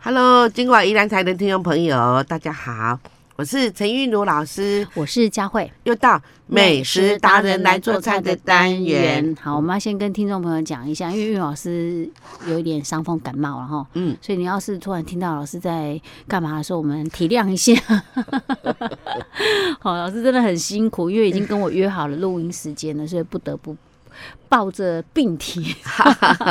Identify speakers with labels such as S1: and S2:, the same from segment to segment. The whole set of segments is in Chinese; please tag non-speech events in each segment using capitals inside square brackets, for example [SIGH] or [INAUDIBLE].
S1: Hello，金广宜兰台的听众朋友，大家好，我是陈韵如老师，
S2: 我是佳慧，
S1: 又到美食达人来做菜的单元。。
S2: 好，我们要先跟听众朋友讲一下，因为玉老师有一点伤风感冒了哈，
S1: 嗯，
S2: 所以你要是突然听到老师在干嘛的时候，我们体谅一下。 [LAUGHS] 好，老师真的很辛苦，因为已经跟我约好了录音时间了，所以不得不。抱着病体，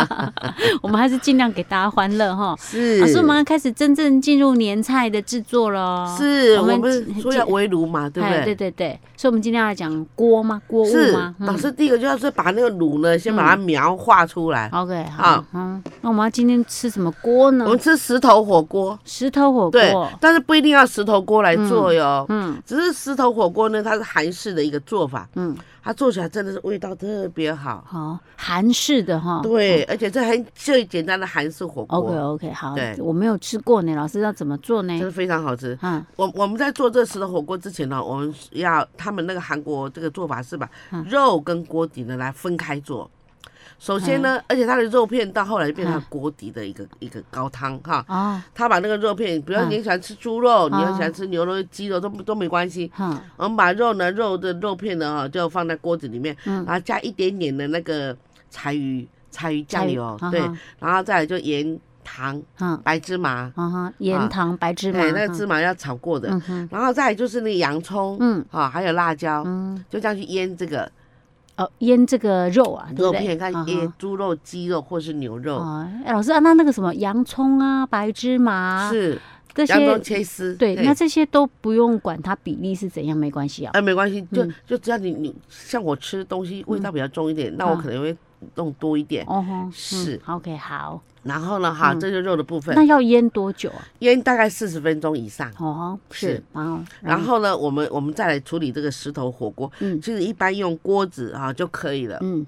S2: [LAUGHS] 我们还是尽量给大家欢乐哈。
S1: 是，
S2: 老师，我们要开始真正进入年菜的制作喽。
S1: 是
S2: 我
S1: 我
S2: 们
S1: 们说要围炉嘛，对不
S2: 哎
S1: 对？
S2: 对对对，所以我们今天要来讲锅吗？锅物
S1: 是
S2: 吗？，嗯
S1: 老师第一个就要是把那个卤呢，先把它描画出来。
S2: OK，好
S1: 好，
S2: 嗯，那我们要今天吃什么锅呢
S1: 我？们吃石头火锅，
S2: 石头嗯火
S1: 对
S2: 锅，，
S1: 但是不一定要石头锅来做哟。
S2: 嗯
S1: 只是石头火锅呢，它是韩式的一个做法，
S2: 嗯，
S1: 它做起来真的是味道特别好。
S2: 好，韩式的哈，
S1: 对，而且这很最简单的韩式火锅，
S2: ，OK OK，好
S1: 对，
S2: 我没有吃过呢，老师要怎么做
S1: 真
S2: 呢？
S1: 的非常好吃。
S2: 嗯，
S1: 我我们在做这石头火锅之前呢，我们要他们那个韩国这个做法是把
S2: 嗯
S1: 肉跟锅底呢来分开做。首先呢，而且它的肉片到后来就变成
S2: 嗯
S1: 锅底的一个一个高汤哈。
S2: 哦，
S1: 他把那个肉片，比如
S2: 嗯
S1: 你喜欢吃猪肉，你
S2: 哦
S1: 又喜欢吃牛肉、鸡肉都都没关系。
S2: 哼，
S1: 我们把肉呢，肉的肉片呢，哈，就放在锅子里面，
S2: 嗯
S1: 然后加一点点的那个柴鱼、柴鱼酱油哦
S2: 菜，
S1: 对，
S2: 嗯
S1: 然后再来就盐、糖、
S2: 哼，
S1: 白芝麻，
S2: 嗯哼，盐
S1: 啊
S2: 糖白芝
S1: 对，
S2: 麻，
S1: 那个芝麻要炒过的，
S2: 嗯哼，
S1: 然后再来就是那个洋葱，
S2: 嗯
S1: 啊，还有辣椒，
S2: 嗯，
S1: 就这样去腌这个
S2: 哦，腌这个肉啊，对
S1: 肉
S2: 不对
S1: 片，看
S2: 嗯哼
S1: 腌猪肉、鸡肉或是牛肉，
S2: 哦，哎，老师啊，那那个什么洋葱啊、白芝麻啊
S1: 是
S2: 这
S1: 洋葱
S2: 些，
S1: 切丝，
S2: 对，那这些都不用管它比例是怎样，没关系啊。
S1: 哎，没关系，就
S2: 嗯
S1: 就只要你你像我吃东西味道比较重一点，那我
S2: 啊
S1: 可能会弄多一点。
S2: 哦吼，嗯
S1: 呃是
S2: OK 好，
S1: 然后呢，哈，
S2: 嗯
S1: 这就肉的部分
S2: 那，要腌多久啊？
S1: 腌大概四十分钟以上。
S2: 哦，
S1: 是
S2: 是，然后
S1: 然后呢，我们我们再来处理这个石头火锅。
S2: 嗯
S1: 其实一般用锅子啊就可以了。
S2: 嗯，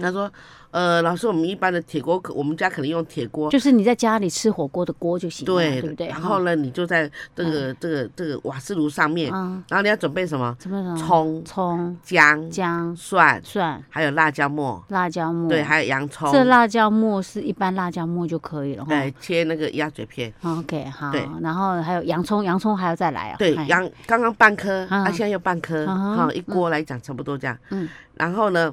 S1: 他说，呃，老师，我们一般的铁锅，可我们家可能用铁锅。
S2: 就是你在家里吃火锅的锅就行了，
S1: 对
S2: 对不对？哦嗯
S1: 然后呢，你就在这个这个这个瓦斯炉上面，
S2: 啊，
S1: 然后你要准备什么？
S2: 什么什么
S1: 葱、
S2: 葱、
S1: 姜、
S2: 嗯姜、
S1: 蒜，
S2: 蒜、
S1: 还有辣椒末，
S2: 辣椒末，
S1: 对，还有洋葱。
S2: 这辣哦椒末是一般辣椒末就可以了哈。
S1: 哎，切那个鸭嘴片。
S2: OK 好
S1: 对，
S2: 然后还有洋葱，洋葱还要再来啊。
S1: 对
S2: 哎，
S1: 洋刚刚半颗，
S2: 啊
S1: 啊，现在又半颗，
S2: 啊哈
S1: 好，一锅来讲差不多这样。
S2: 嗯，
S1: 然后呢，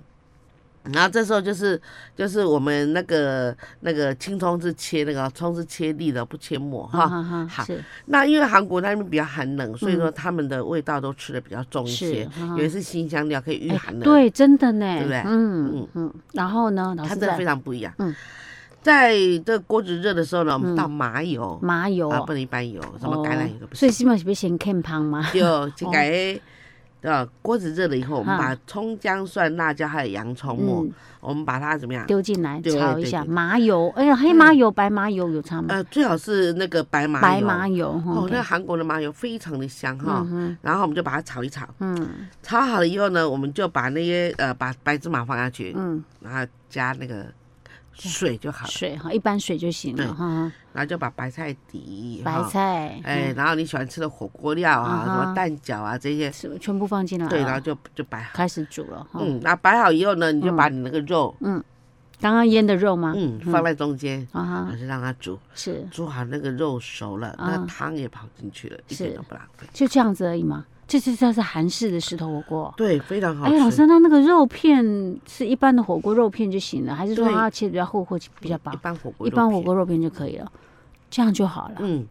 S1: 然后这时候就是就是我们那个那个青葱是切那个哦葱是切粒的，不切末
S2: 哈
S1: 哈。
S2: 哈哈，
S1: 好
S2: 嗯是
S1: 那因为韩国那边比较寒冷，所以说他们的味道都吃的比较重一些
S2: 嗯是，，嗯哈哈
S1: 有一些新香料可以御
S2: 哎
S1: 寒的，，
S2: 对，真的呢，
S1: 对不对
S2: 嗯嗯，然后呢，老
S1: 它
S2: 师
S1: 真的非
S2: 在
S1: 常不一样。
S2: 嗯，
S1: 在这锅子热的时候呢，我们
S2: 嗯
S1: 倒麻油
S2: 麻油
S1: 啊，
S2: 啊
S1: 不，能一般油，什么
S2: 哦
S1: 橄榄油都不行
S2: 所以。基本是不是先看胖吗？
S1: 就
S2: [LAUGHS]
S1: 就改诶，对吧？呃锅子热了以后，我们把葱、姜、蒜、辣椒还有洋葱末，
S2: 嗯
S1: 我们把它怎么样？
S2: 丢进来
S1: 对
S2: 炒
S1: 对
S2: 一下，
S1: 对嗯
S2: 麻油，哎呀，黑麻油、白麻油有差吗？
S1: 呃，最好是那个白嗯麻油。
S2: 白麻油
S1: 哦，那
S2: 哈，
S1: 个韩国的麻油非常的香哈。
S2: 嗯
S1: 然后我们就把它炒一炒，
S2: 嗯
S1: 炒好了以后呢，我们就把那些呃把白芝麻放下去，
S2: 嗯，
S1: 然后加那个水就好了，
S2: 水哈，一般水就行
S1: 对
S2: 了哈，
S1: 然后就把白菜底，
S2: 白
S1: 哈，
S2: 菜，
S1: 哎，
S2: 嗯，
S1: 然后你喜欢吃的火锅料啊，
S2: 嗯
S1: 什么
S2: 哼嗯
S1: 蛋饺啊这些，
S2: 是全部放进来了，
S1: 对，然后就就摆好。
S2: 开始煮了哈。
S1: 嗯，那摆好以后呢，你就把你那个肉，
S2: 嗯刚刚腌的肉吗？
S1: 嗯，放在中间，
S2: 啊哈
S1: 还，是让它煮，
S2: 是
S1: 煮好那个肉熟了，
S2: 啊
S1: 那汤也跑进去了，一
S2: 是
S1: 点都不浪费。
S2: 就这样子而已吗？这这这是韩式的石头火锅。
S1: 对，非常好
S2: 哎，老
S1: 吃。
S2: 师，那那个肉片是一般的火锅肉片就行了，还是说
S1: 对
S2: 它要切比较厚或比较薄
S1: 一？般火锅，
S2: 一般火，锅肉片就可以了，这样就好了。
S1: 嗯，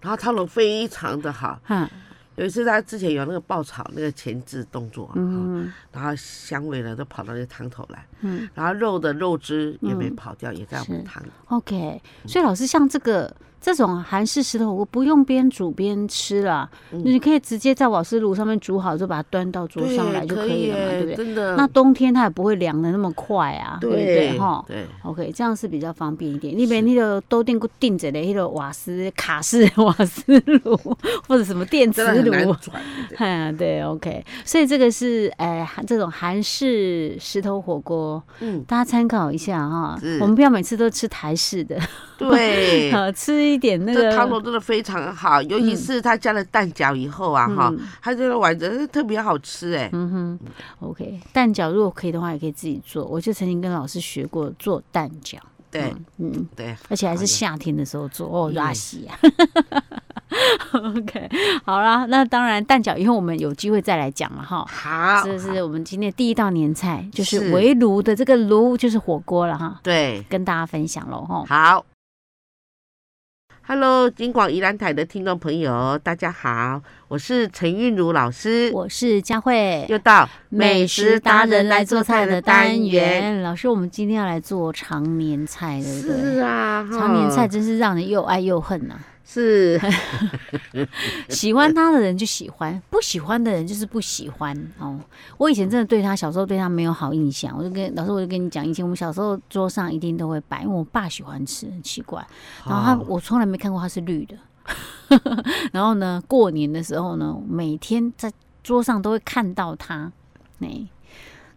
S1: 然后汤头非常的好。
S2: 哈，
S1: 有一次他之前有那个爆炒那个前置动作啊，哈
S2: 嗯
S1: 然后香味呢都跑到那个汤头来，
S2: 嗯
S1: 然后肉的肉汁也没跑掉，也在我
S2: 是
S1: 们汤里。
S2: ，OK。所以老师，像这个这种韩式石头火锅，不用边煮边吃啦，
S1: 嗯
S2: 你可以直接在瓦斯炉上面煮好，就把它端到桌上来就可以了嘛，对
S1: 耶
S2: 不对？
S1: 真的。
S2: 那冬天它也不会凉的那么快啊，对不对？哈。
S1: 对，
S2: OK，这样是比较方便一点。那边那个都定过定着的那个瓦斯卡式瓦斯炉或者什么电磁
S1: 真的很难
S2: 炉， [LAUGHS]
S1: 转。对
S2: 哎，对，OK，所以这个是呃韩这种韩式石头火锅，
S1: 嗯，
S2: 大家参考一下哈
S1: 是。
S2: 我们不要每次都吃台式的， [LAUGHS]
S1: 对。
S2: 呃，吃一点那
S1: 这
S2: 个
S1: 汤头真的非常好，尤其是他加了蛋饺以后啊，哈、他这个丸子特别好吃哎、
S2: 嗯哼，OK，蛋饺如果可以的话，也可以自己做。我就曾经跟老师学过做蛋饺，
S1: 对
S2: 嗯，
S1: 对，
S2: 而且还
S1: 好的
S2: 是夏天的时候做哦，
S1: 嗯
S2: 拉稀啊。OK，好啦，那当然蛋饺以后我们有机会再来讲了哈。
S1: 好，
S2: 这是我们今天第一道年菜，就是
S1: 是
S2: 围炉的这个炉就是火锅了哈，
S1: 对，
S2: 跟大家分享喽哈。
S1: 好。Hello，金广宜兰台的听众朋友，大家好，我是陈韵如老师，
S2: 我是佳慧，
S1: 又到
S2: 美食达人来做菜的单。元。老师，我们今天要来做常年菜，对不
S1: 是
S2: 对？
S1: 啊，哈
S2: 常年菜真是让人又爱又恨啊呐、
S1: 是
S2: [LAUGHS] 喜欢它的人就喜欢，不喜欢的人就是不喜欢哦。我以前真的对他小时候对他没有好印象，我就跟老师我就跟你讲，以前我们小时候桌上一定都会摆，因为我爸喜欢吃，很奇怪。 [LAUGHS] 然后他
S1: 哦
S2: 我从来没看过它是绿的。 [LAUGHS] 然后呢，过年的时候呢，每天在桌上都会看到它。哎、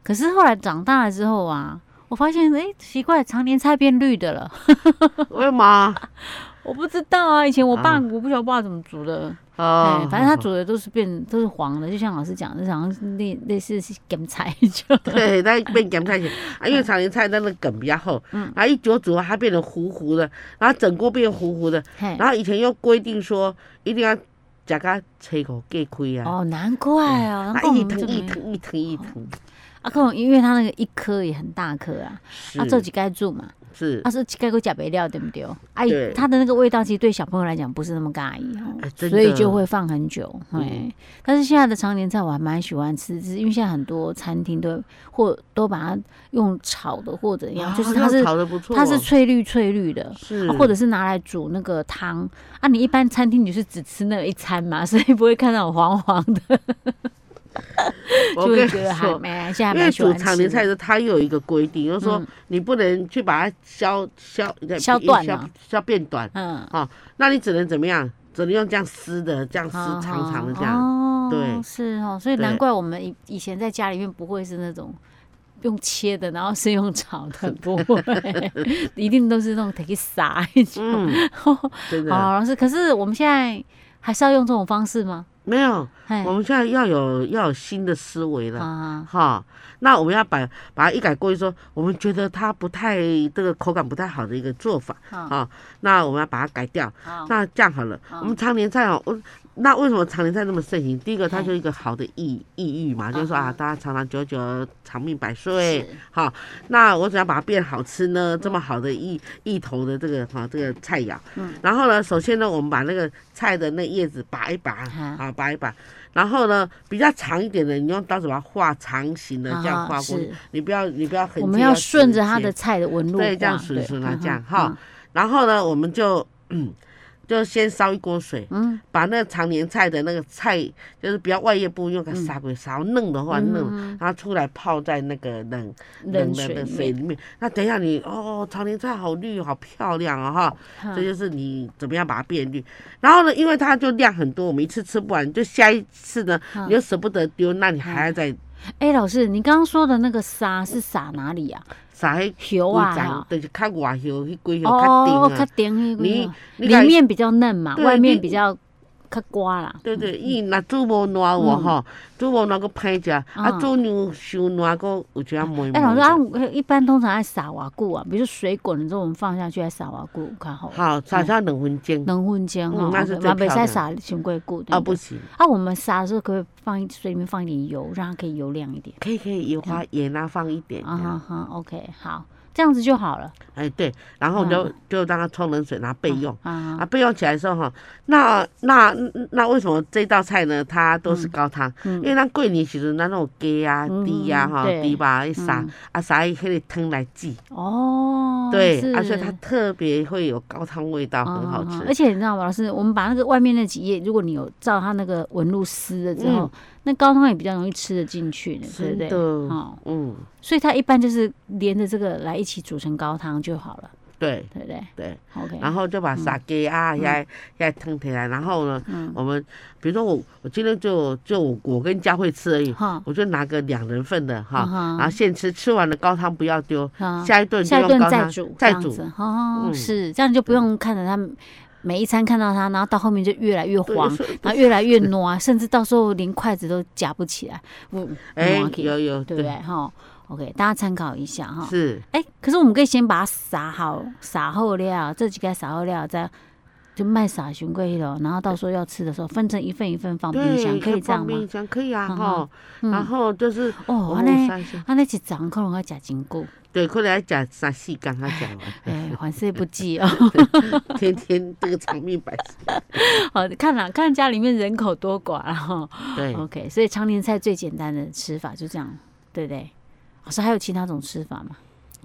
S2: 可是后来长大了之后啊，我发现哎、奇怪，常年菜变绿的了。 [LAUGHS]
S1: 为嘛？
S2: 我不知道啊，以前我爸、
S1: 啊
S2: 我不晓得我爸怎么煮的。
S1: 哦
S2: 哎，，反正他煮的都是变都是黄的，就像老师讲的，好像是类类似是咸
S1: [LAUGHS]
S2: 菜就。
S1: 对，那变梗菜起来啊，因为常年菜那个梗比较厚，
S2: 嗯
S1: 然后一久煮它变成糊糊的，然后整锅变糊糊的，
S2: 嘿，
S1: 然后以前又规定说一定要加个吹口给亏啊，
S2: 哦，难怪哦，难
S1: 啊
S2: 怪我
S1: 一
S2: 们
S1: 藤
S2: 这
S1: 一
S2: 没有
S1: 藤一藤一藤，
S2: 啊，可能因为他那个一颗也很大颗啊，啊，做
S1: 是
S2: 几盖住嘛，
S1: 是
S2: 啊，，说几盖够假肥料对不对？哎
S1: 对，
S2: 它的那个味道其实对小朋友来讲不是那么尬意哦
S1: 哎，真的
S2: 所以就会放很久。
S1: 嗯
S2: 哎，但是现在的常年菜我还蛮喜欢吃，只是因为现在很多餐厅都或都把它用炒的或者怎样，就是
S1: 哦
S2: 它
S1: 那
S2: 是
S1: 炒的不错，哦
S2: 它是翠绿翠绿的，
S1: 是
S2: 啊或者是拿来煮那个汤啊。你一般餐厅你是只吃那一餐嘛， [LAUGHS] 所以不会看到黄黄的，就
S1: 我跟
S2: 会
S1: 你
S2: 觉得还
S1: 说。
S2: 蛮现在还
S1: 因为
S2: 蛮喜
S1: 煮
S2: 欢
S1: 常
S2: 吃
S1: 年
S2: 的
S1: 菜。的，它又有一个规定，就是说
S2: 嗯
S1: 你不能去把它削削
S2: 削断
S1: 削
S2: 了
S1: 削变短，
S2: 嗯，
S1: 那你只能怎么样？只能用这样撕的，这样撕
S2: 好
S1: 长长的
S2: 好
S1: 这样。
S2: 哦，
S1: 对
S2: 是哦，所以
S1: 对
S2: 难怪我们以以前在家里面不会是那种。用切的，然后是用炒的，不会， [LAUGHS]
S1: 啊
S2: 一定都是那种可以撒一种。
S1: 嗯，
S2: 好，
S1: 真的
S2: 老师，可是我们现在还是要用这种方式吗？
S1: 没有，
S2: 哎
S1: 我，们现在要有要有新的思维了。
S2: 啊，
S1: 哈，那我们要把把它一改过去说，我们觉得它不太这个口感不太好的一个做法，
S2: 好
S1: 哈，那我们要把它改掉。
S2: 好，
S1: 那这样好了，
S2: 啊
S1: 我们常年菜哦，我那为什么常年菜那么盛行？第一个，它就一个好的意意欲嘛，就是说啊，大家长长久久，长命百岁
S2: 是，
S1: 哈。那我怎样把它变好吃呢？这么好的意意头的这个哈这个菜肴，
S2: 嗯
S1: 然后呢，首先呢，我们把那个菜的那叶子拔一拔，
S2: 啊
S1: 啊，拔一拔。然后呢，比较长一点的，你用刀子把它画长形的，这样
S2: 啊
S1: 画过去
S2: 是。
S1: 你不要，你不要很。
S2: 我们要顺着它的菜的纹路
S1: 对这样
S2: 画
S1: 顺
S2: 对
S1: 顺啊
S2: 嗯
S1: 这样
S2: 哼
S1: 哈然后呢，我们就 [CLEARS THROAT] 就先烧一锅水，
S2: 嗯，
S1: 把那个常年菜的那个菜，就是不要外叶部
S2: 嗯
S1: 用个砂锅烧嫩的话嫩，然后出来泡在那个冷冷
S2: 嗯冷
S1: 的
S2: 水
S1: 的
S2: 里
S1: 水
S2: 面
S1: 里面。那等一下你哦，常年菜好绿，好漂亮啊、哈！
S2: 哈
S1: 这就是你怎么样把它变绿。然后呢，因为它就量很多，我们一次吃不完，就下一次呢，
S2: 嗯
S1: 你又舍不得丢，那你还要再
S2: 哎，老师，你刚刚说的那个撒是撒哪里呀？
S1: 撒黑
S2: 油啊，
S1: 长
S2: 哈，
S1: 就是较外油，迄龟油较顶
S2: 哦，
S1: 啊
S2: 它。
S1: 你
S2: 顶那个，
S1: 你
S2: 里
S1: 敢
S2: 面比较嫩嘛，
S1: 对
S2: 外面
S1: 你
S2: 比较较刮啦。
S1: 对对，伊若煮无烂我吼，煮无烂个歹食，啊
S2: 嗯
S1: 煮牛伤烂个有只霉霉
S2: 哎，老师啊
S1: 的。，
S2: 我一般通常爱撒瓦固啊，比如水滚了之后我们放下去，爱撒瓦固，看好。
S1: 好，炒上两分钟，
S2: 能混煎
S1: 嗯
S2: 哈，
S1: 那是最
S2: 马北
S1: 漂
S2: 塞
S1: 亮
S2: 撒熊桂固对
S1: 啊
S2: 不
S1: 不
S2: 对？
S1: 行，
S2: 啊，我们撒的时候可不可以放一水里面放一点油，让它可以油亮一点？
S1: 可以可以，油花盐啊放一点。
S2: 啊哈哈，OK，好，这样子就好了。
S1: 哎对，然
S2: 嗯
S1: 后就就让它冲冷水，然后备用。
S2: 啊
S1: 啊，备用起来的时候哈，那那那为什么这道菜呢？它都是高汤，
S2: 嗯
S1: 因为咱过年时阵咱那种鸡啊、
S2: 嗯
S1: 猪啊、哈、
S2: 对
S1: 猪吧一撒
S2: 嗯
S1: 啊撒一迄个汤来煮，
S2: 哦，
S1: 对，
S2: 是
S1: 而且它特别会有高汤味道，很好
S2: 啊
S1: 吃
S2: 而。且你知道吗，老师，我们把那个外面那几页，如果你有照它那个纹路撕了之后，那高汤也比较容易吃得进去的，对
S1: 嗯真
S2: 不对？
S1: 的
S2: 哦，
S1: 嗯，
S2: 所以它一般就是连着这个来一起煮成高汤就好了，
S1: 对
S2: 对不对嗯
S1: 对，
S2: ？OK，
S1: 然后就把沙给啊、呀呀腾起来，然后呢，
S2: 嗯
S1: 我们比如说我我今天就就我我跟佳慧吃而已，
S2: 哈，
S1: 我就拿个两人份的
S2: 嗯
S1: 哈，
S2: 哼
S1: 然后现吃，吃完了高汤不要丢，
S2: 啊
S1: 下一顿就
S2: 下一
S1: 用
S2: 顿
S1: 高
S2: 再
S1: 汤
S2: 煮，
S1: 再
S2: 这样
S1: 煮
S2: 子，哦，
S1: 嗯
S2: 是这样，就不用看着它每一餐看到它，然后到后面就越来越
S1: 对
S2: 黄，
S1: 所以
S2: 然后越来越 [LAUGHS] 啊糯，甚至到时候连筷子都夹不起来，我
S1: 哎
S2: 烂去
S1: 有有
S2: 对不
S1: 对
S2: 对？哈 OK，大家参考一下哈。
S1: 是
S2: 哎、可是我们可以先把它撒好，撒后料，这几个撒后料，再就卖撒寻贵了。然后到时候要吃的时候，分成一份一份放冰
S1: 对，
S2: 箱，可以
S1: 要
S2: 这样
S1: 放
S2: 吗？
S1: 冰箱可以啊
S2: 嗯
S1: 哈。
S2: 嗯
S1: 然后就是
S2: 哦，
S1: 我
S2: 安
S1: 们
S2: 尼
S1: 有三项
S2: 安尼一张可能要食真
S1: [LAUGHS]
S2: 久，
S1: 对，可能要讲三四刚他讲完，
S2: [LAUGHS] 哎、还是不济哦。 [LAUGHS]
S1: 天天这个长命百岁。
S2: 好，哦看啦，看家里面人口多寡啦哈。 [LAUGHS]
S1: 对，
S2: OK，所以常年菜最简单的吃法就这样，对不对？老师还有其他种吃法吗？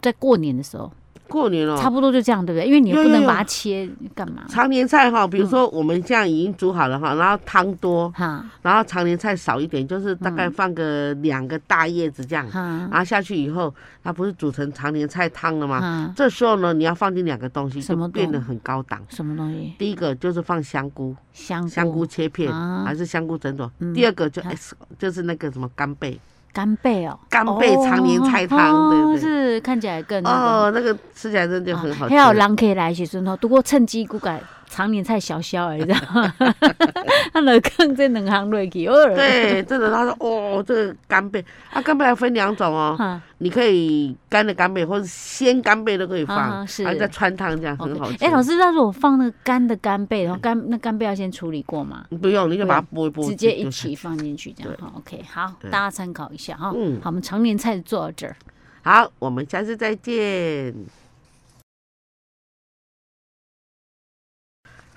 S2: 在过年的时候，
S1: 过年
S2: 差
S1: 了。
S2: 不多就这样，对不对？因为你又
S1: 哦有
S2: 不
S1: 有
S2: 能
S1: 有
S2: 把它切干嘛？
S1: 常年菜哈，
S2: 嗯
S1: 比如说我们这样已经煮好了哈，然后汤多，
S2: 哈
S1: 然后常年菜少一点，就是大
S2: 嗯
S1: 概放个两个大叶子这样，
S2: 哈
S1: 然后下去以后，它不是煮成常年菜汤了吗？
S2: 哈，
S1: 这时候呢，你要放进两个东西，
S2: 嗯什
S1: 就
S2: 么
S1: 变得
S2: 东
S1: 很高档。
S2: 什么东西？
S1: 第一个就是放香菇，
S2: 香菇、
S1: 香菇切片
S2: 啊嗯
S1: 还是香菇整朵。第二个就 S 就是那个什么干贝，
S2: 干贝哦，
S1: 干贝
S2: 哦
S1: 常年菜汤
S2: 哦
S1: 对不对
S2: 是看起来更那个。哦
S1: 哦，那个吃起来真的很好吃。
S2: 还有人客来时阵吼，哦拄过趁机骨改常年菜小小而已，
S1: [LAUGHS]
S2: 他啊就放这两行落去， [LAUGHS] 哦，，
S1: 对，真的，他说哦，这个干贝啊，干贝还分两种哦，
S2: 哈
S1: 你可以干的干贝或者鲜干贝都可以
S2: 啊
S1: 放，
S2: 是
S1: 还再穿汤这样很好
S2: OK，
S1: 吃。
S2: 哎，老师，那如果放那个干的干贝，然后干那干贝要先处理过吗？
S1: 你不用，你就把它剥一剥，
S2: 直接
S1: 就
S2: 一
S1: 是
S2: 起。放进去，这样哈。OK，好，
S1: 对
S2: 大家参考一下哈。
S1: 嗯
S2: 好，我们常年菜就做到这儿。
S1: 好，我们下次再见。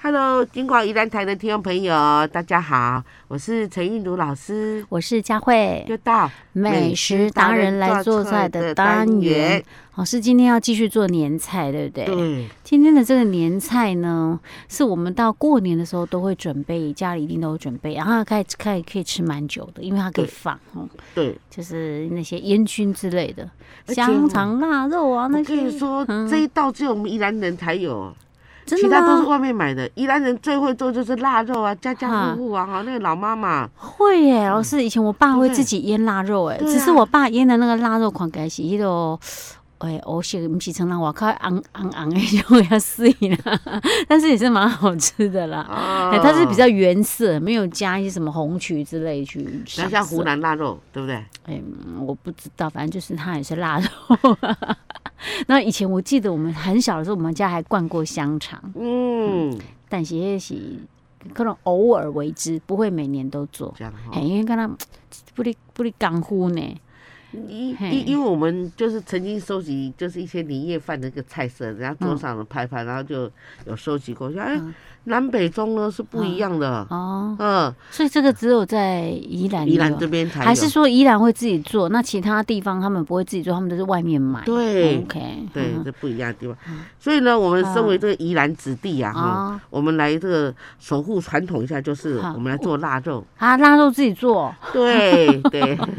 S1: Hello，金广宜兰台的听众朋友，大家好，我是陈韵如老师，
S2: 我是佳慧，
S1: 又到
S2: 美食达人来做菜的单元。，老师今天要继续做年菜，对不对？
S1: 对，
S2: 今天的这个年菜呢，是我们到过年的时候都会准备，家里一定都有准备，然后可以可以可以吃蛮久的，因为它可以
S1: 对
S2: 放哦，
S1: 对，
S2: 就是那些烟熏之类的，
S1: 而且
S2: 香肠、腊肉啊那
S1: 我
S2: 些。
S1: 跟你说，
S2: 嗯
S1: 这一道只有我们宜兰人才有，
S2: 真
S1: 其
S2: 的
S1: 他都是
S2: 吗？
S1: 外面买的。宜兰人最会做就是腊肉啊，家家户户啊，哈，那个老妈妈，
S2: 会耶，老师，以前我爸
S1: 对不
S2: 会
S1: 对
S2: 自己腌腊肉，哎，
S1: 嗯对啊
S2: 只是我爸腌的那个腊肉款改是迄个。哎，我写不是成人外口昂昂昂的，就要死啦。 [LAUGHS] 但是也是蛮好吃的啦。
S1: 啊
S2: 哎，它是比较原色，没有加一些什么红曲之类去
S1: 像
S2: 上
S1: 像
S2: 色
S1: 湖，南腊肉，对不对？
S2: 嗯我不知道，反正就是它也是腊肉。 [LAUGHS] 那以前我记得我们很小的时候，我们家还灌过香肠，
S1: 嗯，
S2: 但是也是可能偶尔为之，不会每年都做。
S1: 这样
S2: 哎、
S1: 哈。
S2: 因为跟他不哩不哩干乎呢，
S1: 因
S2: 嘿
S1: 因因为我们就是曾经收集，就是一些年夜饭的那个菜色，人家桌上的拍拍，然后就有收集过，说哎
S2: 嗯，
S1: 南北中呢是不一样的，
S2: 哦，
S1: 嗯，
S2: 所以这个只有在宜兰
S1: 宜
S2: 有，
S1: 兰这边才有，
S2: 还是说宜兰会自己做，那其他地方他们不会自己做，他们都是外面买。哦嗯
S1: 对
S2: o k
S1: 对，这不一样的地方。
S2: 嗯
S1: 所以呢，我们身为这个宜兰子弟啊，哈。
S2: 啊
S1: 我们来这个守护传统一下，就是
S2: 好哦
S1: 我们来做腊肉。
S2: 啊，腊肉自己做， [LAUGHS]
S1: 对对，
S2: 哦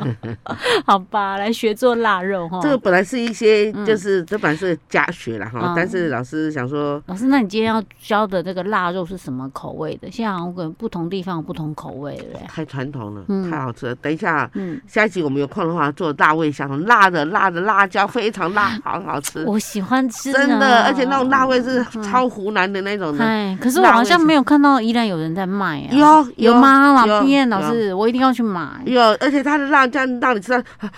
S2: 好吧，来学做腊肉哈。
S1: 这个本来是一些
S2: 嗯
S1: 就是这本来是家学了哈
S2: 嗯，
S1: 但是老师想说，
S2: 老师，那你今天要教的这个腊肉是什么口味的？现在好像跟不同地方有不同口味的嘞。
S1: 太传统了
S2: 嗯，
S1: 太好吃了。等一下
S2: 嗯，
S1: 下一集我们有空的话做辣味香肠，辣的辣的辣椒非常辣，好好吃，
S2: 我嗯喜欢吃
S1: 呃真的，而且那种
S2: 腊，
S1: 辣味是超湖南的那种的。
S2: 哎，可是我好像没有看到宜兰有人在卖啊。
S1: 有
S2: 有吗？
S1: 有
S2: 老毕燕老
S1: 有
S2: 师，我一定要去买。
S1: 有，而且它的辣酱让你吃到。哦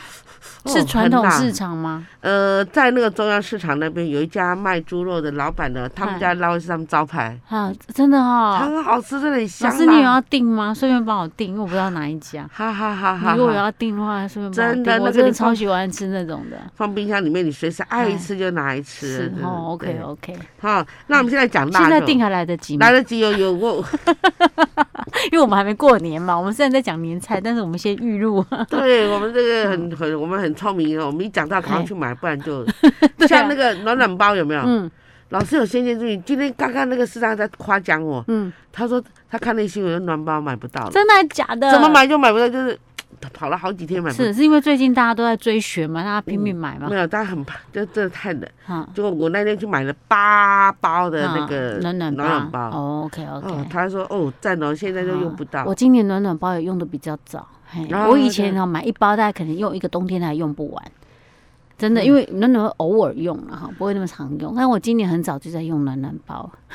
S2: 是传统
S1: 很辣
S2: 市场吗？
S1: 呃，在那个中央市场那边有一家卖猪肉的老板呢，他们
S2: 嗨
S1: 家的辣味是他们招牌。
S2: 啊，真的哈、
S1: 很好吃，真的很香
S2: 老
S1: 啦。
S2: 师，你有要订吗？顺便帮我订，因为我不知道哪一家。
S1: 哈哈 [LAUGHS] 哈
S2: 你
S1: 哈
S2: 如果有
S1: 哈！
S2: 要订的话，顺便帮我
S1: 真
S2: 订。
S1: 的那
S2: 我
S1: 个
S2: 真的
S1: 你放
S2: 超喜欢吃那种的。
S1: 放冰箱里面，你随时爱
S2: 哎
S1: 吃就拿来吃。
S2: 是
S1: 真的
S2: 哦，OK
S1: 对
S2: OK，
S1: 好，那我们现在讲
S2: 现
S1: 腊
S2: 在
S1: 肉，
S2: 订还来得及吗
S1: 来？得及哦有有我，
S2: [LAUGHS] 因为我们还没过年嘛，我们现在在讲年菜，但是我们先预录。 [LAUGHS]
S1: 对我们这个很很我们很聪明哦，我们一讲到赶快去买，不然就
S2: [LAUGHS] 对啊
S1: 像那个暖暖包有没有？
S2: 嗯
S1: 老师有先见之明，今天刚刚那个市长在夸奖我，
S2: 嗯，
S1: 他说他看那新闻，暖包买不到了，
S2: 真的还假的？
S1: 怎么？买就买不到，就是跑了好几天买不到
S2: 嗯是。是因为最近大家都在追雪嘛，大家拼
S1: 嗯
S2: 命买嘛
S1: 没。有，但很怕，就真的太冷。
S2: 哈，
S1: 结果我那天去买了八包的那个
S2: 啊暖暖
S1: 暖暖包，
S2: 哦，OK OK。
S1: 哦，他说哦，赞哦，现在都用不到
S2: 嗯我。今年暖暖包也用的比较早，嘿，
S1: 哦
S2: 我以前
S1: 对
S2: 呢买一包，大概可能用一个冬天还用不完。真
S1: 嗯
S2: 的，因为暖暖包偶尔用了哈，不会那么常用。但我今年很早就在用暖暖包。 [LAUGHS]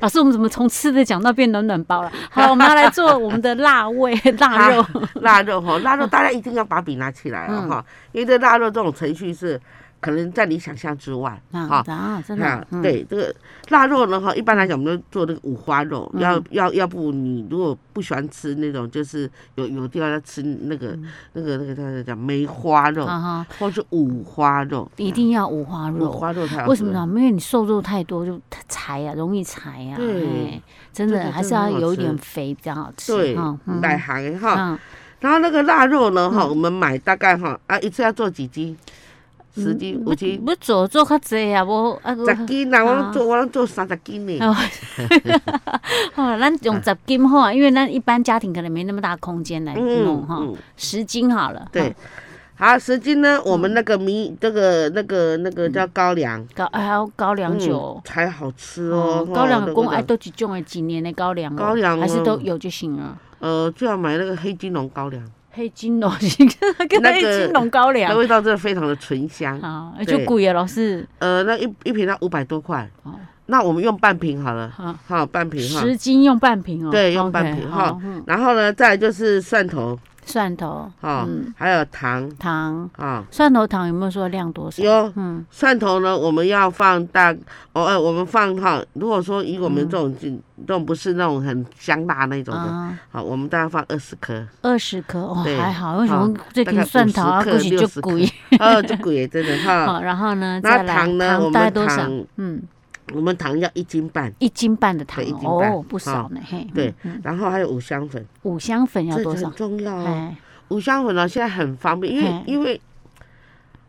S2: 老师，我们怎么从吃的讲到变暖暖包了？好，我们要来做我们的辣味 [LAUGHS] 腊肉。
S1: 腊肉哈，腊肉大家一定要把笔拿起来哦
S2: 嗯
S1: 哈，因为这腊肉这种程序是可能在你想象之外
S2: 啊
S1: 哈。
S2: 啊，真
S1: 那
S2: 的，嗯，
S1: 对这个腊肉呢哈，一般来讲我们都做那个五花肉，
S2: 嗯
S1: 要要要不你如果不喜欢吃那种，就是有有地方要吃那个那个那个叫叫梅花肉，
S2: 嗯啊哈，
S1: 或是五花肉，
S2: 一定要五花
S1: 五
S2: 肉。
S1: 花肉才好吃
S2: 为什么呢？因为你瘦肉太多就柴啊，容易柴啊。
S1: 对
S2: 哎，真
S1: 这
S2: 的
S1: 个
S2: 还是
S1: 真的很
S2: 要
S1: 好
S2: 有一
S1: 吃
S2: 点肥比较好吃。
S1: 对
S2: 哈，嗯，
S1: 奶行哈。
S2: 嗯，
S1: 然后那个腊肉呢，哈、我们买大概哈啊，一次要做几斤？十
S2: 嗯
S1: 斤、五斤、
S2: 要做做较济啊，无啊个。
S1: 十斤啦，我
S2: 啊
S1: 拢做，我拢做三十斤呢。
S2: 哦，好，咱用十斤好啊，因为咱一般家庭可能没那么大空间来弄哈，，十斤好了。
S1: 对
S2: 哈，。
S1: 嗯
S2: 嗯
S1: 好，十斤呢，我们那个米，这个那个那个叫高粱，
S2: 高还有高粱酒
S1: 嗯，才好吃
S2: 哦
S1: 哦。
S2: 高粱
S1: 哈
S2: 公哎
S1: 那个
S2: 都几种哎，几年的高粱哦，
S1: 高粱
S2: 还是都
S1: 嗯
S2: 有就行了。
S1: 呃，就要买那个黑金龙高粱，
S2: 黑金龙， [LAUGHS] 跟
S1: 那
S2: 黑
S1: 个
S2: 金龙高
S1: 那
S2: 粱
S1: 味道真的非常的醇香。
S2: 啊，
S1: 对
S2: 就贵啊，老师
S1: 呃，那一一瓶要五百多块
S2: 哦，
S1: 那我们用半瓶好了，
S2: 啊，
S1: 好半瓶哈。
S2: 十斤用半瓶哦，
S1: 对用
S2: OK，
S1: 半瓶
S2: 好
S1: 哈
S2: 嗯
S1: 然后呢，再来就是蒜头
S2: 蒜头、
S1: 哈，
S2: 嗯
S1: 还有糖
S2: 糖，
S1: 啊，
S2: 蒜头糖有没有说量多少？
S1: 有
S2: 嗯，
S1: 蒜头呢，我们要放大，哦，呃，我们放哈。如果说以我们这种、这种不是那种很香辣那种的，
S2: 嗯啊，
S1: 好，我们大概放二十颗，
S2: 二十颗哦，
S1: 对
S2: 还好，为什么
S1: 好
S2: 最
S1: 大
S2: 近
S1: 概
S2: 蒜头啊，
S1: 50克
S2: 过去就
S1: 60
S2: 贵？
S1: [LAUGHS] 哦，这鬼真的哈。
S2: [LAUGHS] 好，然后呢，
S1: 那
S2: 再来
S1: 糖呢我
S2: 大概
S1: 们
S2: 多少
S1: 糖？
S2: 嗯，
S1: 我们糖要一斤半，
S2: 一斤半的糖
S1: 对一斤半啊
S2: 哦，不少呢，嘿，
S1: 对
S2: 嗯，嗯
S1: 然后还有五香粉，
S2: 五香粉要
S1: 这
S2: 多
S1: 很
S2: 少？
S1: 重要哦。
S2: 哎，
S1: 五香粉呢，现在很方便，因
S2: 嘿
S1: 为因为。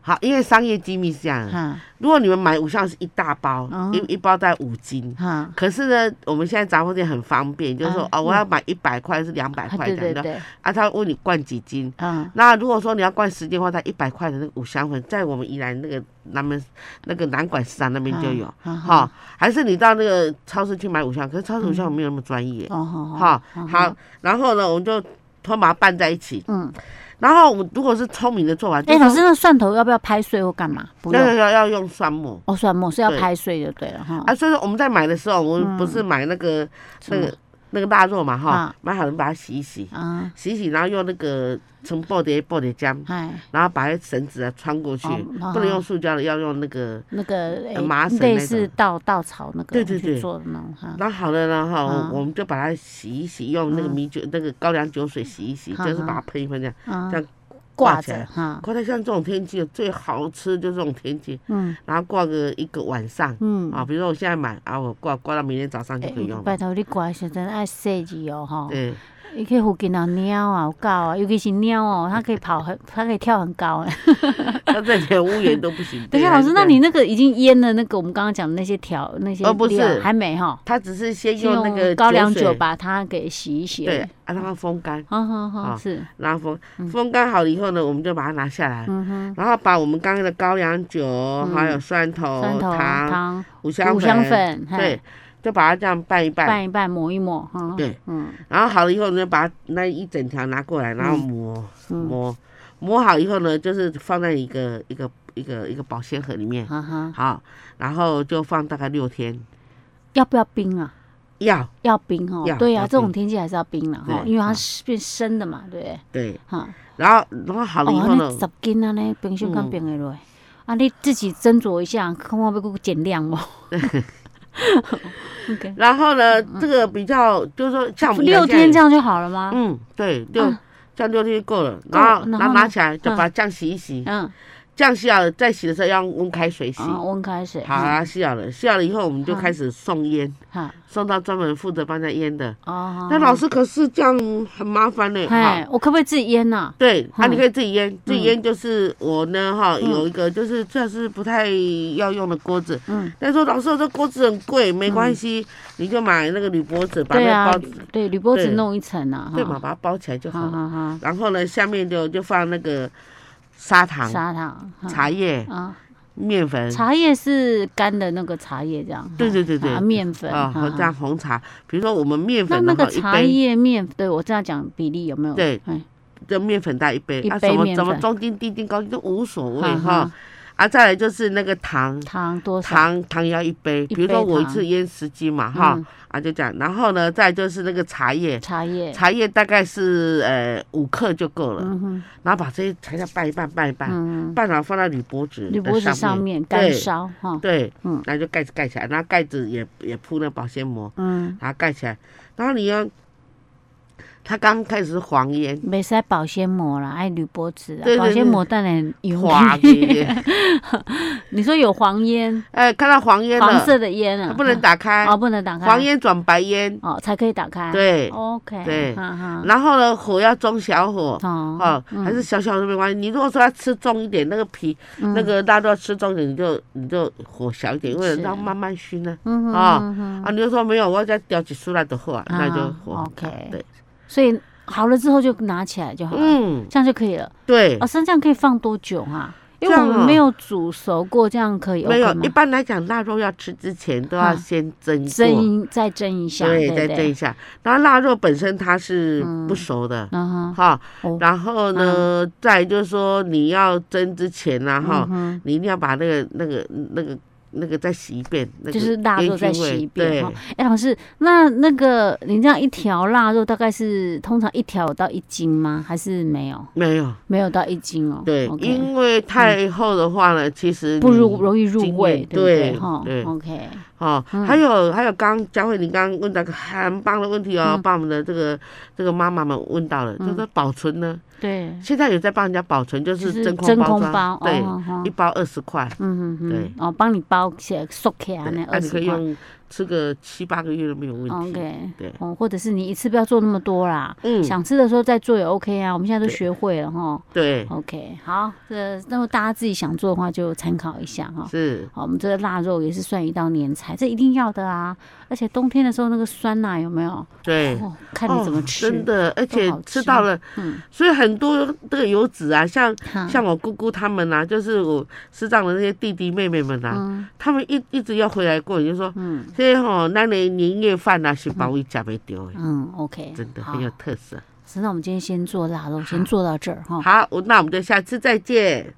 S1: 好，因为商业机密是这样的，
S2: 哈
S1: 如果你们买五香是一大包，
S2: 哦
S1: 一一包带五斤，
S2: 哈，
S1: 可是呢，我们现在杂货店很方便，就是说
S2: 啊
S1: 哦，我要买一百块是两百
S2: 啊
S1: 块
S2: 对
S1: 这
S2: 对
S1: 样的，
S2: 对，
S1: 啊，他问你灌几斤。
S2: 嗯，
S1: 那如果说你要灌十斤的话，它一百块的那个五香粉，在我们宜兰那个南门那个南管市场那边就有，哈、
S2: 啊，哈，
S1: 还是你到那个超市去买五香，可是超市五香粉没有那么专业，
S2: 哦好好，
S1: 哈、好，然后呢，我们就通把它拌在一起，
S2: 嗯，
S1: 然后我们如果是聪明的做法，就
S2: 哎，
S1: 是
S2: 老师，那蒜头要不要拍碎或干嘛？不
S1: 要
S2: 用，
S1: 要要用蒜末。
S2: 哦，蒜末是要
S1: 对
S2: 拍碎就对了哈。
S1: 啊，所以说我们在买的时候，我
S2: 嗯
S1: 们不是买那个、
S2: 什
S1: 那
S2: 么
S1: 个那个腊肉嘛哈
S2: 啊，
S1: 买好了把它洗一洗，
S2: 啊，
S1: 洗一洗，然后用那个成布的布的浆，
S2: 哎，
S1: 然后把那绳子啊穿过去，
S2: 哦啊
S1: 不能用塑胶的，要用那个。
S2: 那个哎
S1: 麻绳
S2: 类
S1: 那
S2: 似
S1: 种
S2: 稻稻草那个
S1: 对对
S2: 去
S1: 对
S2: 做的那种哈。
S1: 然后好了呢哈，
S2: 啊
S1: 我们就把它洗一洗，用那个米酒、那个高粱酒水洗一洗，
S2: 啊
S1: 就是
S2: 啊
S1: 把它喷一喷这样。
S2: 啊
S1: 这样
S2: 挂
S1: 挂起
S2: 着
S1: 来
S2: 哈，
S1: 可它像这种天气最好吃就是这种天气，
S2: 嗯
S1: 然后挂个一个晚上。
S2: 嗯，
S1: 啊，比如说我现在买啊，我挂挂到明天早上就
S2: 哎
S1: 可以用了。
S2: 拜托你挂的时阵爱设计哦吼，
S1: 对，
S2: 伊去附近啊猫啊有狗啊，尤其是猫哦，它可以跑很，它可以跳很高
S1: [LAUGHS]
S2: 哎。
S1: 那这连屋檐都不行。
S2: [LAUGHS] 等一下
S1: 对
S2: 老师，
S1: 还
S2: 那
S1: 是
S2: 你那个已经腌了那个我们刚刚讲的那些条那些
S1: 哦不是
S2: 料还没哈，
S1: 它只是先
S2: 先
S1: 用那个
S2: 用高粱
S1: 水
S2: 酒把它给洗一洗。
S1: 对，啊，让它风干，
S2: 好好好
S1: 好
S2: 是，
S1: 然后风风干好了以后呢，我们就把它拿下来，
S2: 嗯哼，嗯
S1: 然后把我们刚刚的高粱酒，还有蒜头、
S2: 蒜头啊
S1: 糖、
S2: 汤
S1: 五哦香
S2: 五香粉，嘿
S1: 对，，就把它这样拌一拌，
S2: 拌一拌抹一抹哈。
S1: 对，
S2: 嗯
S1: 然后好了以后呢，把那一整条拿过来，然后磨
S2: 嗯，
S1: 磨磨好以后呢，就是放在一个一个一个一个保鲜盒里面，
S2: 哈哈，
S1: 好，然后就放大概六天，
S2: 要不要冰啊？
S1: 要
S2: 要冰哦
S1: 要，
S2: 对呀、
S1: 要
S2: 这种
S1: 冰
S2: 天气还是要冰了哈，
S1: 对
S2: 因为它
S1: 好
S2: 是变生的嘛，对不对？
S1: 对，
S2: 哈，
S1: 然后然后好
S2: 哦，
S1: 了以后
S2: 那
S1: 呢，
S2: 十斤啊，呢冰箱敢
S1: 啊嗯
S2: 冰得落？啊，你自己斟酌一下，看我要不要减量哦。OK，
S1: 然后呢，这个比较就是说 [LAUGHS] 像我们
S2: 嗯六天这
S1: 样，
S2: 样就好了吗？
S1: 嗯，对，六
S2: 啊
S1: 这样六天就够了。
S2: 够
S1: 然后
S2: 然
S1: 然
S2: 后
S1: 后
S2: 呢
S1: 拿起来就把酱洗一洗，
S2: 嗯，
S1: 酱洗好了再洗的时候要用温开水洗。
S2: 啊，温开水。
S1: 好
S2: 嗯
S1: 啊，洗好了，洗好了以后我们就开始送烟，
S2: 哈，
S1: 送到专门负责帮他腌的。
S2: 哦，
S1: 那老师可是这样很麻烦呢，
S2: 哎
S1: 哈。，
S2: 我可不可以自己腌呐？
S1: 对，啊，
S2: 嗯
S1: 你可以自己腌，自己
S2: 嗯
S1: 腌就是我呢，哈，
S2: 嗯
S1: 有一个就是这是不太要用的锅子，
S2: 嗯，
S1: 但是说老师这锅子很贵，没关系，你就买那个铝箔纸，把
S2: 对
S1: 那
S2: 啊
S1: 个包子，
S2: 对，铝箔纸
S1: 对
S2: 弄一层啊，
S1: 对嘛，
S2: 哈，
S1: 把它包起来就好
S2: 哈
S1: 了。
S2: 哈哈，
S1: 然后呢，下面就就放那个砂糖、
S2: 砂糖，哈
S1: 茶叶、
S2: 啊，
S1: 面粉，
S2: 茶叶是干的那个茶叶这样。
S1: 对
S2: 哈
S1: 对对对
S2: 啊，面粉
S1: 啊，和
S2: 哈
S1: 这样红茶。比如说我们面
S2: 那
S1: 粉
S2: 那
S1: 的
S2: 个
S1: 话，一
S2: 茶
S1: 杯
S2: 叶面，对我这样讲比例有没有？
S1: 对
S2: 哎，
S1: 的面粉大概一杯，
S2: 一
S1: 啊，
S2: 杯
S1: 什
S2: 面
S1: 么怎么
S2: 粉
S1: 中筋、低筋、高筋都无所谓
S2: 哈哈
S1: 哈。啊，再来就是那个糖，
S2: 糖多少？
S1: 糖糖要一杯，
S2: 一
S1: 比如说
S2: 杯
S1: 我一
S2: 糖
S1: 次腌十斤嘛，哈、
S2: 嗯
S1: 啊就这样。然后呢，再就是那个茶叶，
S2: 茶叶。
S1: 茶叶大概是呃五克就够了，
S2: 嗯哼，
S1: 然后把这些材料拌一拌，拌一拌，
S2: 嗯，
S1: 拌好放到铝箔纸
S2: 铝
S1: 的
S2: 箔纸上
S1: 面，
S2: 面
S1: 对
S2: 干烧哈，
S1: 对，
S2: 嗯
S1: 然后就盖子盖起来，然后盖子也也铺那保鲜膜，
S2: 嗯，
S1: 然后盖起来，然后你要，它刚开始是黄烟，
S2: 没塞保鲜膜啦，爱铝箔纸啊
S1: 对，对
S2: 保鲜
S1: 对
S2: 膜当然有。
S1: 黄烟，
S2: [LAUGHS] 你说有黄烟，
S1: 哎，看到黄烟
S2: 黄
S1: 了，
S2: 色的烟啊
S1: 它，不能打开，
S2: 哦，不能打开，
S1: 黄烟转白烟，
S2: 哦才可以打开。
S1: 对，
S2: ，OK，
S1: 对
S2: 哈哈，
S1: 然后呢，火要中小火。
S2: 哦，
S1: 哦，还是小小的没关系。你如果说要吃重一点，那个皮、
S2: 嗯
S1: 那个大家都要吃重一点，你就你就火小一点，因为
S2: 是
S1: 让慢慢熏呢、
S2: 嗯哼
S1: 啊
S2: 嗯哼
S1: 啊。你就说没有，我要再调几出来的话，那就
S2: 啊
S1: 火很大。
S2: OK
S1: 对，
S2: 所以好了之后就拿起来就好了，
S1: 嗯，
S2: 这样就可以了。
S1: 对
S2: 哦，，生酱可以放多久啊？因为
S1: 这
S2: 我
S1: 样
S2: 们
S1: 啊
S2: 没有煮熟过，这样可以
S1: 没
S2: OK
S1: 有。
S2: 吗
S1: 一？般来讲，腊肉要吃之前都要
S2: 啊
S1: 先蒸过，
S2: 蒸一再蒸一下，
S1: 对，
S2: 不
S1: 再蒸一。下。然后腊肉本身它是不熟的，
S2: 嗯哼，
S1: 哈。
S2: 哦
S1: 然后呢，再就是说你要蒸之前呢，哈
S2: 嗯，哼，
S1: 你一定要把那个那个那个那个再洗一遍，那个
S2: 就是腊肉
S1: 烟
S2: 再
S1: 熏味
S2: 洗一
S1: 对
S2: 遍哈。哎，老师，那那个你这样一条腊肉大概是通常一条有到一斤吗？还是没有？
S1: 没有，
S2: 没有到一斤哦。
S1: 对
S2: o k
S1: 因为太厚的话呢，其实
S2: 不
S1: 你
S2: 如嗯容易入
S1: 经
S2: 味，
S1: 验
S2: 对不对？
S1: 对
S2: 哈
S1: 对
S2: ，OK，
S1: 哦，还有还有刚，佳慧，你刚刚问到个很棒的问题哦，
S2: 嗯
S1: 把我们的这个这个妈妈们问到了，就是说保存呢，
S2: 对，
S1: 现在有在帮人家保存，就
S2: 就是是
S1: 真
S2: 真
S1: 空包
S2: 空
S1: 装
S2: 包，，
S1: 对，
S2: 哦哦
S1: 一包二十块，
S2: 嗯嗯嗯
S1: 对，
S2: 哦，帮你包起来缩起来
S1: 对
S2: 哦那
S1: 那
S2: 二
S1: 你
S2: 十
S1: 可以
S2: 块
S1: 用吃个七八个月都没有问题，
S2: ，OK，
S1: 对
S2: 哦，或者是你一次不要做那么多啦，
S1: 嗯，
S2: 想吃的时候再做也 OK 啊，我们现在都
S1: 对
S2: 学会了哈
S1: 对，
S2: ，OK，好，这那么大家自己想做的话就参考一下哈。
S1: 是，
S2: 好，我们这个腊肉也是算一道年菜，这一定要的啊！而且冬天的时候那个酸奶有没有？
S1: 对。
S2: 哦，看你怎么吃。
S1: 哦真，的，而且
S2: 好吃
S1: 吃到了，
S2: 嗯
S1: 所以很多这个油脂啊，像
S2: 哈
S1: 像我姑姑他们啊，就是我师丈的那些弟弟妹妹们啊，
S2: 嗯
S1: 他们一一直要回来过，你就说，
S2: 嗯
S1: 所以吼，那年年夜饭啊，是把我夹没丢的，
S2: 嗯，OK，
S1: 真的
S2: 好
S1: 很有特色。
S2: 是那我们今天先做腊肉，先做到这儿哈。
S1: 好，我那我们就下次再见。